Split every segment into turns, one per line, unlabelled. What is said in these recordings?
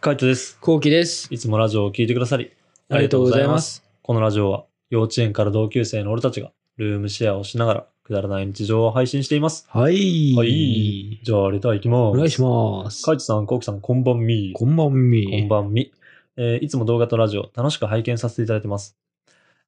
カイトです。
こうきです。
いつもラジオを聞いてくださり、
ありがとうございます。
このラジオは、幼稚園から同級生の俺たちが、ルームシェアをしながら、くだらない日常を配信しています。
はい。
はい。じゃあ、レター行きます。
お願いします。
カイトさん、コウキさん、こんばんみ。
こんばんみ。
こんばんみ。えーいつも動画とラジオ、楽しく拝見させていただいてます。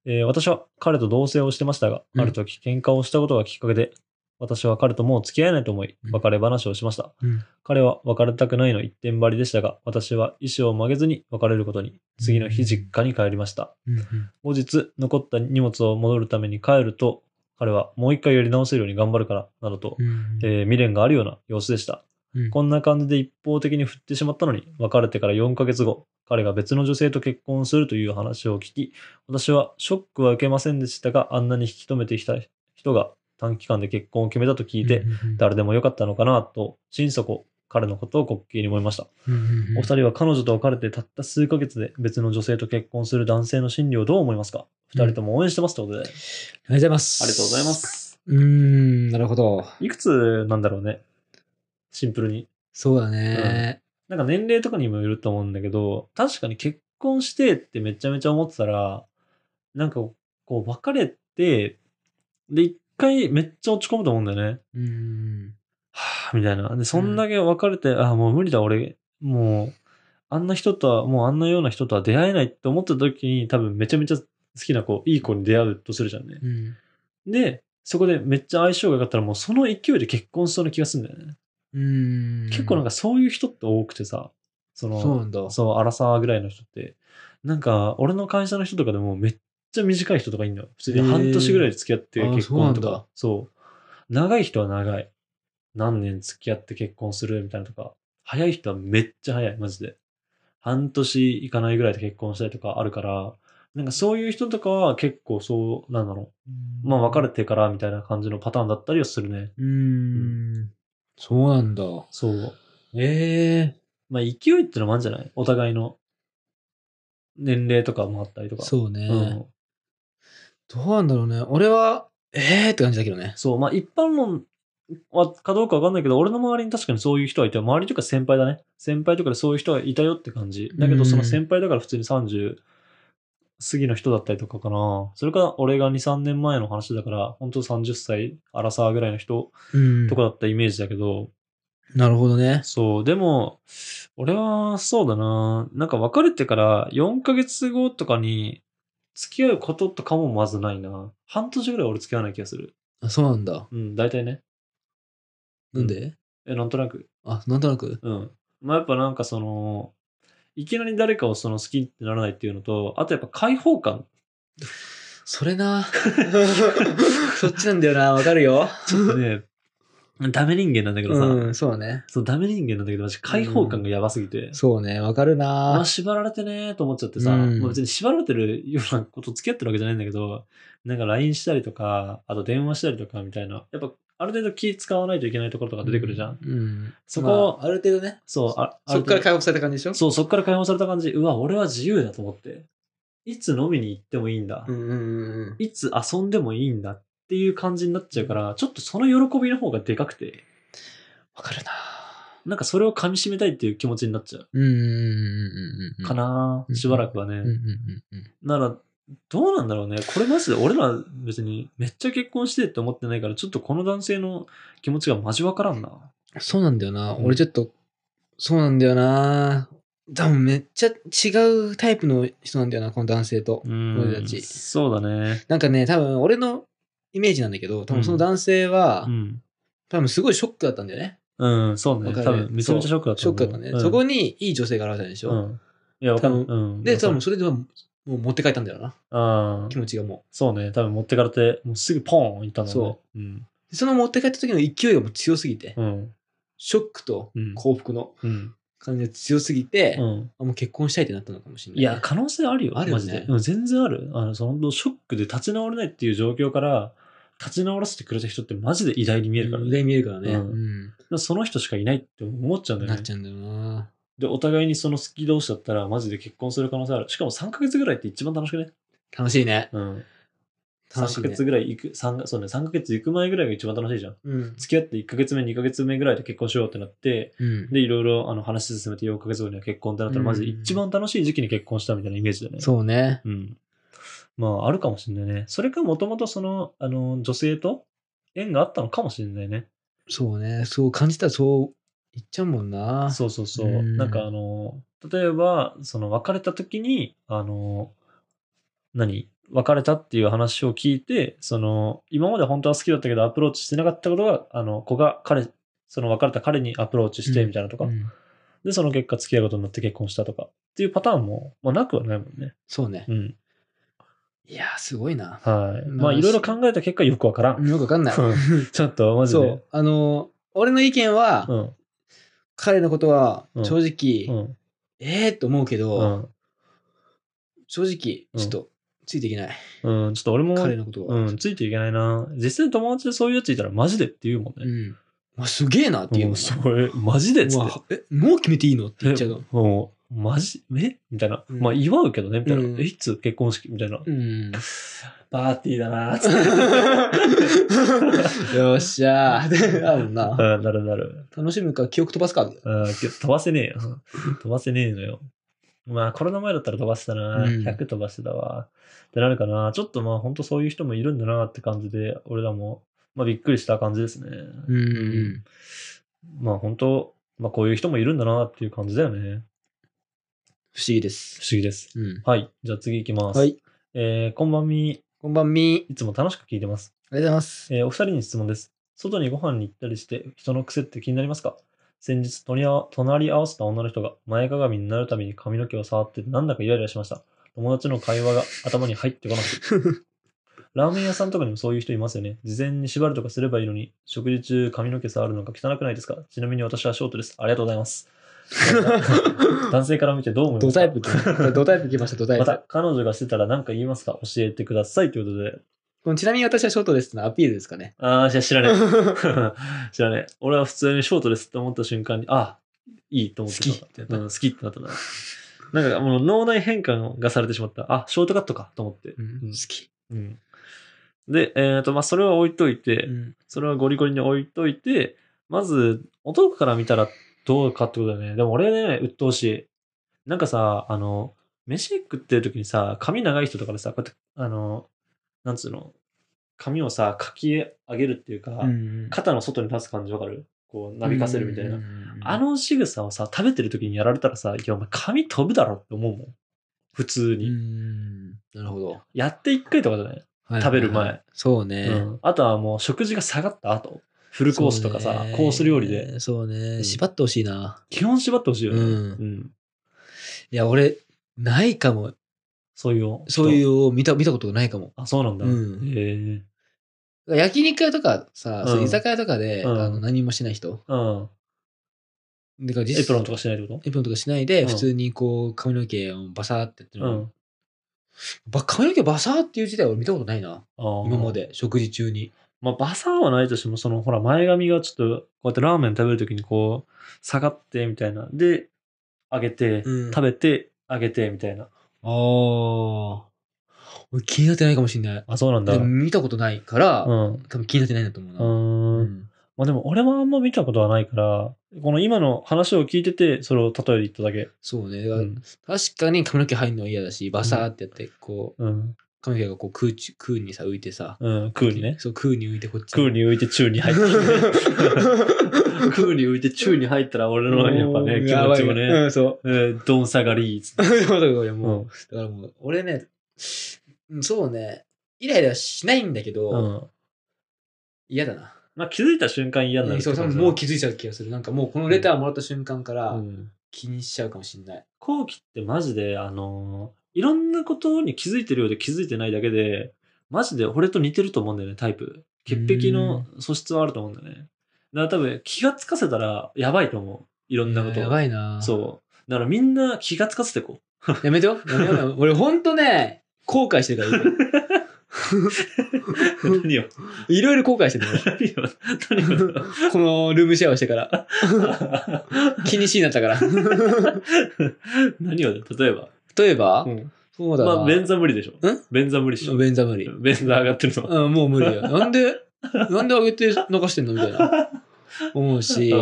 えー私は彼と同棲をしてましたが、
うん
ある時喧嘩をしたことがきっかけで、私は彼ともう付き合えないと思い
うん、
別れ話をしました。
うん
彼は別れたくないの一点張りでしたが、私は意思を曲げずに別れることに、次の日実家に帰りました。
うんうん
後日、残った荷物を戻るために帰ると、彼はもう一回やり直せるように頑張るから、などと、
うん
えー未練があるような様子でした。
うん
こんな感じで一方的に振ってしまったのに、別れてから4ヶ月後、彼が別の女性と結婚するという話を聞き、私はショックは受けませんでしたが、あんなに引き止めてきた人が短期間で結婚を決めたと聞いて、、誰でもよかったのかなと、心底、彼のことを滑稽に思いました。お二
お
人は彼女と別れてたった数ヶ月で別の女性と結婚する男性の心理をどう思いますか
う
二
ん
人とも応援してますということで、あ
ありがとうございます。
りがとうございま。す。
うーん、なるほど。
いくつなんだろうね。シンプルに。
そうだね。
なんか年齢とかにもよると思うんだけど、確かに結婚してってめちゃめちゃ思ってたら、なんかこう別れて、で、一回めっちゃ落ち込むと思うんだよね。
うん。
はぁ、みたいな。で、そんだけ別れて、ああ、もう無理だ、俺、もう、あんな人とは、もうあんなような人とは出会えないって思った時に、多分めちゃめちゃ好きな子、いい子に出会うとするじゃんね。
うん。
で、そこでめっちゃ相性が良かったら、もうその勢いで結婚しそうな気がするんだよね。
うん。
結構なんか
か、
そういう人って多くてさ、その、
そうなんだ。
そう、アラサーぐらいの人って、なんか、俺の会社の人とかでもめっちゃ短い人とかいんのよ。普通に
へー
半年ぐらいで付き合って
あー
結婚と
そうなん
か
だ。
そう。長い人は長い。何年付き合って結婚するみたいなとか。早い人はめっちゃ早い、マジで。半年いかないぐらいで結婚したりとかあるから、なんかそういう人とかは結構そう、なんだろう。まあ別れてからみたいな感じのパターンだったりはするね。
うーん。そうなんだ。
そう。
ええ。
まあ勢いってのもあるんじゃないお互いの年齢とかもあったりとか。
そう
う
ね。
ん、
どうなんだろうね。俺は、ええって感じだけどね。
そう、まあ一般論はかどうかわかんないけど、俺の周りに確かにそういう人はいて、周りというか先輩だね。先輩とかでそういう人はいたよって感じ。だけ
う
ど、
ん
その先輩だから普通に30過ぎの人だったりとかかな。それから俺が2、3年前の話だから、本当30歳、アラサーぐらいの人
うん
とかだったイメージだけど、
なるほどね。
そう、でも、俺はそうだな。なんか別れてから4ヶ月後とかに付き合うこととかもまずないな。半年ぐらい俺付き合わない気がする。
あそうなんだ。
うん、大体ね。
なんで
え、なんとなく。
あ、なんとなく。
うん。まあ、やっぱなんかその、いきなり誰かをその好きってならないっていうのと、あとやっぱ解放 感。
それな。そっちなんだよな。わかるよ。
ちょっとね、ダメ人間なんだけどさ、
うん、そうね。
そのダメ人間なんだけど、私解放感がやばすぎて、
そうね。わかる
ま
な
あ、。縛られてねーと思っちゃってさ、
うん
まあ、別に縛られてるようなこと付き合ってるわけじゃないんだけど、なんか LINE したりとか、あと電話したりとかみたいな、やっぱある程度気使わないといけないところとか出てくるじゃん。
うん。
そ
ま
こ、
あ、ある程度ね。
そう、ああ
そ
る程
っか
度
ら解放された感じでしょ
そう、そっから解放された感じ、うわ、俺は自由だと思って。いつ飲みに行ってもいいんだ。
うんうんうん。
いつ遊んでもいいんだっていう感じになっちゃうから、ちょっとその喜びの方がでかくて、
わかるな。
なんかそれを噛み締めたいっていう気持ちになっちゃう。
うんうんうんうん。
か。な
う
ー
ん
しばらくはね。
うんうんうんうん。
なら、どうなんだろうね。これマジで、俺ら別にめっちゃ結婚してって思ってないから、ちょっとこの男性の気持ちがマジわからんな。
そうなんだよな。
うん
俺ちょっと、そうなんだよな。多分めっちゃ違うタイプの人なんだよな、この男性と
う。ん
俺たち
そうだね。
なんかね、多分俺のイメージなんだけど、多分その男性は、
うん。
多分すごいショックだったんだよね。
うん、そう
わ
ね。
かる
多分、めちゃめちゃショックだった
ショックだった
と思う
ね。
うん
そこにいい女性が現れたんでしょ。
うん。いや、わかん
多分
うん。
で、
わか
多
る
分それでもうもう持って帰ったんだよな、
あ
気
あ、
持ちがも
そうね。多分持ってかれて、もうすぐポーンいったんだろうね。。
そう
うん。
う。その持って帰った時の勢いがもう強すぎて、
うん。
ショックと
うん
幸福の
うん。
感じが強すぎて、
うん。
あもう結婚したいってなったのかもしれないいね、
や、可能性あるよ。
あるよ
マ
ね
ジで。うん、全然ある。あの、その、ショックで立ち直れないっていう状況から、立ち直らせてくれた人ってマジで偉大に見えるからね。
上見えるからね。
う
うんん。
だからその人しかいないって思っちゃうんだよ
なっ
ね
ち。ゃうんだよな。
で、お互いにその好き同士だったら、マジで結婚する可能性ある。しかも3ヶ月ぐらいって一番楽しくね。
楽しいね。
うん。
楽しい
3ヶ
ね
月ぐらい行く、三そうね、3ヶ月行く前ぐらいが一番楽しいじゃん。
うん。
付き合って1ヶ月目、2ヶ月目ぐらいで結婚しようってなって、
うん。
で、いろいろあの話進めて4ヶ月後には結婚ってなったら、
うん
まず一番楽しい時期に結婚したみたいなイメージだね。
そうね。
うん。まあ、あるかもしれないね。それか、もともとその、あの、女性と縁があったのかもしれないね。
そうね。そう感じたらそう言っちゃうもんな。
そうそうそう。
うん
なんか、あの、例えば、その、別れた時に、あの、何別れたっていう話を聞いて、その、今まで本当は好きだったけど、アプローチしてなかったことが、あの、子が彼、その別れた彼にアプローチして、みたいなとか、
うん
で、その結果付き合うことになって結婚したとか、っていうパターンも、まあ、なくはないもんね。
そうね
う。ん。
いやー、すごいな。
はい。ま
まあ
あ、いろいろ考えた結果、よくわからん。
よくわかんな い。
ちょっと、マジ
そ
で
う。。あのー、俺の意見は、
うん。
彼のことは
うん
正直、
うん。
ええー、と思うけど、
う
正直、ちょっと、ついていけない。
ん。うん。ちょっと俺も、
彼のことは。
うん、ついていけないな。実際友達でそういうやついたらマジでって言うもん
う
ね。
ん。まあ、すげえなっていう
も
もん
う
な
それ、マジでっつ
う
っ
わえ、もう決めていいのって言っち
て。
ゃ
え
うの。
もう、マジ、えみたいな。
うん
まあ、祝うけどね、みたいな。
うん
え、いつ結婚式みたいな。
うん。
パーティーだな、つって。
よっしゃーってなるもんな。
うん、なるなる。
楽しむか記憶飛ばすか。
うんけど飛ばせねえよ。飛ばせねえのよ。まあコロナ前だったら飛ばしてたな。
うん
100飛ばしてたわ。ってなるかな。ちょっとまあ本当そういう人もいるんだなって感じで、俺らも、まあびっくりした感じですね。
うん
んまあ本当、まあこういう人もいるんだなっていう感じだよね。
不思議です。
不思議です。
うん。
はい。じゃあ次行きます。
はい。
えー、こんばんみ、
こんばんみ。
いつも楽しく聞いてます。
ありがとうございます。
えーお二人に質問です。外にご飯に行ったりして、人の癖って気になりますか先日隣り合わ、隣り合わせた女の人が前かがみになるために髪の毛を触っててなんだかイライラしました。友達の会話が頭に入ってこなく て。ラーメン屋さんとかにもそういう人いますよね。事前に縛るとかすればいいのに、食事中髪の毛触るのが汚くないですかちなみに私はショートです。ありがとうござい ます。男性から見てどう思いま
ド
すか
タイプ来ました。ドタイプ来ました、ドタイ
ま
プ
た、。彼女がしてたら何か言いますか教えてください。ということで。
このちなみに私はショートですってのはアピールですかね。
ああ、知らない。 知らねえ。俺は普通にショートですって思った瞬間に、あいいと思ってた。
好きってなった
うん、好きってなったな。なんかもう脳内変換がされてしまった。あ、ショートカットかと思って。
好き。
うんで、えっ、と、まあ、それは置いといて、
うん
それはゴリゴリに置いといて、まず、男から見たらどうかってことだよね。でも俺ね、鬱陶しい。なんかさ、あの、飯食ってる時にさ、髪長い人とかでさ、こうやって、あの、なんつうの、髪をさ、かき上げるっていうか、
うん
肩の外に立つ感じわかるこう、なびかせるみたいな。
うんうんうん
あの仕草をさ、食べてる時にやられたらさ、いや、お前髪飛ぶだろって思うもん。普通
う
に。
ん。なるほど。
やって一回とかじゃない、
はい
食べる
はいは
前
い。そう
う
ね。
ん。あとはもう食事が下がった後。フルコースとかさ、
そうね
コース料理で。。
そう
う
ね。
ん
縛ってほしいな。
基本縛ってほしいよね。
うん
ん
いや、俺、ないかも。
そういう人。
そういうを見た見たことがないかも。
あ、そうなんだ。
うん
へえ。
焼肉屋とかさ、
うん
そう居酒屋とかで、
うん
あの何もしない人。
うん。
だから実
エプロンとかしないってこ
エプロンとかしないうで、
ん
普通にこう、髪の毛をバサーってやって
と
る
う
の、
ん。
ば髪の毛バサーっていう時代俺見たことないな。
あー
今ま。で、食事中に。
まあ、バサーはないとしても、その、ほら、前髪がちょっと、こうやってラーメン食べるときに、こう、下がって、みたいな。で、上げて、
うん
食べて、上げて、みたいな。
ああ。俺気になってないかもしれない。
あ、そうなんだ。
で
う
も
ん。
見たことないから、
う
多分気になってないんだと思うな。
ー。
うん
まあ、でも、俺はあんま見たことはないから、この今の話を聞いてて、それを例えで言っただけ。
そうね。だか
う
ら
ん。
確かに髪の毛入るのは嫌だし、バサーってやって、こう、
うん。
髪の毛がこう空中空にさ、浮いてさ。
うん。空にね。
そう、空に浮いてこっち。
空 に浮いて宙に入ってきて 空に浮いて宙に入ったら俺のやっぱね、気持ちも
やばい
ね、
うん、そう。
えーどん下がりっつって。
そうそうそうもう、
ん。
だからもう、俺ね、うんそうね、イライラしないんだけど、
うん。
嫌だな。
まあ気づいた瞬間嫌になるって
そう、多
感
分
じ
もう気づいちゃう気がする。なんかもうこのレターもらった瞬間から
うん
気にしちゃうかもしれない。
後期ってマジで、あのーいろんなことに気づいてるようで気づいてないだけで、マジで俺と似てると思うんだよね、タイプ。潔癖の素質はあると思うんだよね。だから多分気がつかせたらやばいと思う。いろんなことを
やばいなう。
そう。だからみんな気がつかせてこう。
やめてよ。やめようやめよう。俺ほんとね、後悔してる から。
何を
いろいろ後悔してるの
何を何を
俺 このルームシェアをして から。気にしになったから。
何をだよ例えば。
例えば、
ん。
そうだな。
まあ、便座無理でしょ。
ん
便座無理っしょ。
便座無理。
便座上がってるのは。
うん、もう無 理よ。なんで、なんで上げて流してんのみたいな。思う
うん
し、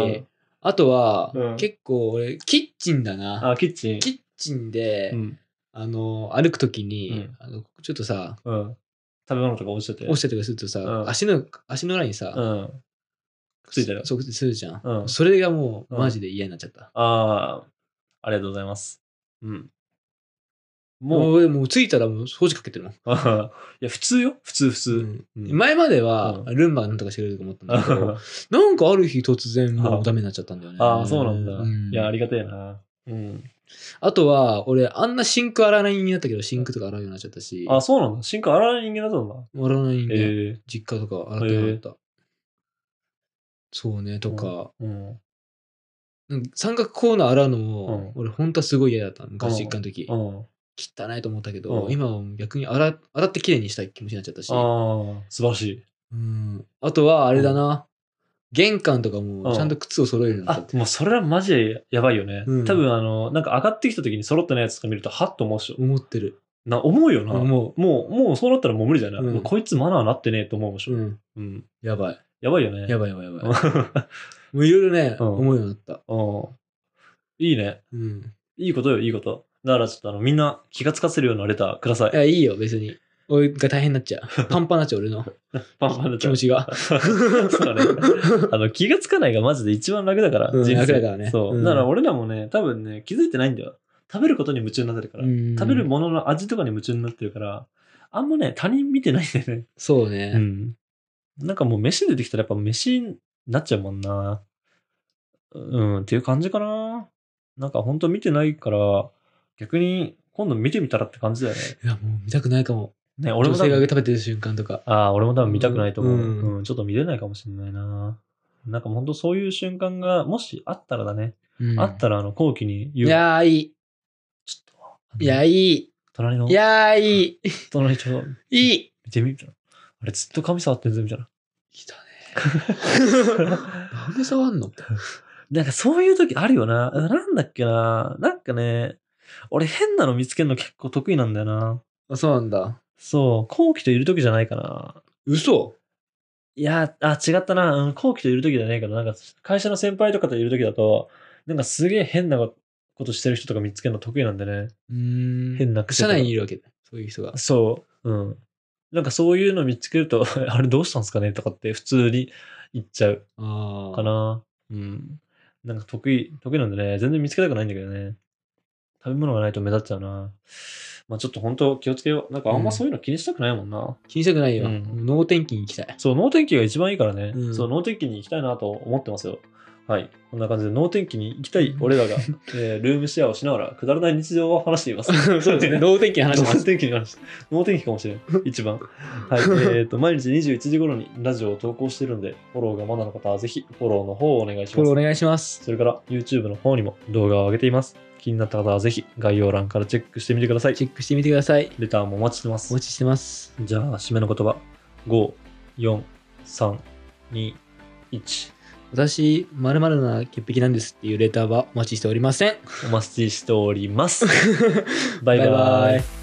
あとは、
うん
結構俺、キッチンだな。
あ、キッチン。
キッチンで、
うん。
あの、歩くときに、
うん
あのちょっとさ、
うん。食べ物とか落ちてて。
落ちたりとかするとさ、
うん
足の、足の裏にさ、
うん。くっついてる。
そうくっついてるじゃん。
うん
それがもう、
うん
マジで嫌になっちゃった。
ああ、ありがとうございます。うん。
も
も
う、
う、
俺もう着いたらもう掃除かけてるも ん。
いや、普通よ。普通、普
う
通。
ん
うん
前までは、
う
ルンバがなんとかしてくれると思ったんだけど
あ、
なんかある日突然もうダメになっちゃったんだよね。
あー、そうなんだ。
う
い
ん
や、ありがたいな。うん。
あとは、俺、あんなシンク洗わない人間だったけど、シンクとか洗うようになっちゃったし、
あ、そうなんだ。進化荒い人間だったんだ。
洗わない人間、
え
実家とか洗ってなかった。そうね、とか、
えうん。
なんか三角コーナー洗うのも、
う
俺、本当はすごい嫌だった
う
の
ん
昔、実家の時。
うん。
汚いと思ったけど、
うん
今は逆に洗洗ってきれいにしたい気持ちになっちゃったし、
ああ、素晴らしい。
うん、あとは、あれだな、玄関とかもちゃんと靴を揃えるようになった
あ
っ、て。
もうそれはマジでやばいよね。
うん
多分あの、なんか上がってきた時に揃ってないやつとか見ると、はっと思うっしょ。
思ってる。
な、思うよな。も
も
う、もうそうなったらもう無理じゃない、
うん
もうこいつマナーなってねえと思うでし
う、
ょ。
うん、
うん。
やばい。
やばいよね。
やばいやばいやばい。もういろいろね、
うん
思うようになった。
うん。いいね。
うん。
いいことよ、いいこと。だからちょっとあの、みんな気がつかせるようなレターくださ
い
い。
や、いいよ、別に。俺が大変になっちゃ う。パンパンになっちゃう、俺の。
パンパンで
気持ちが。
そう ね。あの、気がつかないがマジで一番楽だから、
うん
人生
楽だからね
そう。
うん
だから俺らもね、多分ね、気づいてないんだよ。食べることに夢中になってるから。食べる
ん。
ものの味とかに夢中になってるから、あんまね、他人見てないんだよね。
そうね。
ん。なんかもう飯出てきたらやっぱ飯になっちゃうもんな。うん、っていう感じかな。なんか本当見てないから、逆に今度見てみたらって感じだよね。
いや、もう見たくないかも。
ね、俺
女
も多
性が
分
食べてる瞬間とか。
ああ、俺も多分見たくないと思う。う
うんん、
ちょっと見れないかもしれないな。なんか本当そういう瞬間が、もしあったらだね。
うん
あったら、あの、後期に
い
言う。
やー、いい。
ちょっと。
いや、いい。
隣の、
いやー、いい。
隣の人、
いい。
見てみ、みたいな。あれ、ずっと髪触ってんぞ、みたいな。
来たね。なんで 触んの
なんかそういう時あるよな。なんだっけな。なんかね、俺変なの見つけるの結構得意なんだよな。
あそうなんだ。
そう、後期といる時じゃないかな。
嘘
いやー、あ、違ったな。うん、後期といる時じゃないかな。なんか、会社の先輩とかといる時だと、なんかすげえ変なことしてる人とか見つけるの得意なんでね。
うーん。
変な癖
社
とか
内にいるわけだ。そういう人が。
そう。うん。なんかそういうの見つけると、 あれどうしたんですかねとかって普通に言っちゃう
ああ。
か。な。うん。なんか得意、得意なんでね、全然見つけたくないんだけどね。食べ物がないと目立っちゃうな。まあちょっと本当気をつけよう。なんかあんまそういうの気にしたくないもんな。
気にしたくないよ。
うん
もう脳天気に行きたい。
そう、脳天気が一番いいからね。
うん
そう、脳天気に行きたいなと思ってますよ。はい。こんな感じで脳天気に行きたい俺 らが、えールームシェアをしながらくだらない日常を話してい ます。
脳天気の話しま
能
す。
天気になりました能天気かもしれん。一番。 はい。えっ、と、毎日21時頃にラジオを投稿してるので、フォローがまだの方はぜひフォローの方をお願いし
フォ
ま
ローお
す。
願いします。
それから、YouTube の方にも動画を上げています。気になった方はぜひ概要欄からチェックしてみてください。
チェックしてみてください。
レターもお待ちしてま
お
す。
待ちしてます。
じゃあ、締めの言葉。5、4、3、2、1。
私、まるな潔癖なんですっていうレターはお待ちしておりません。
お 待ちしております。バイバイ。
バイバイ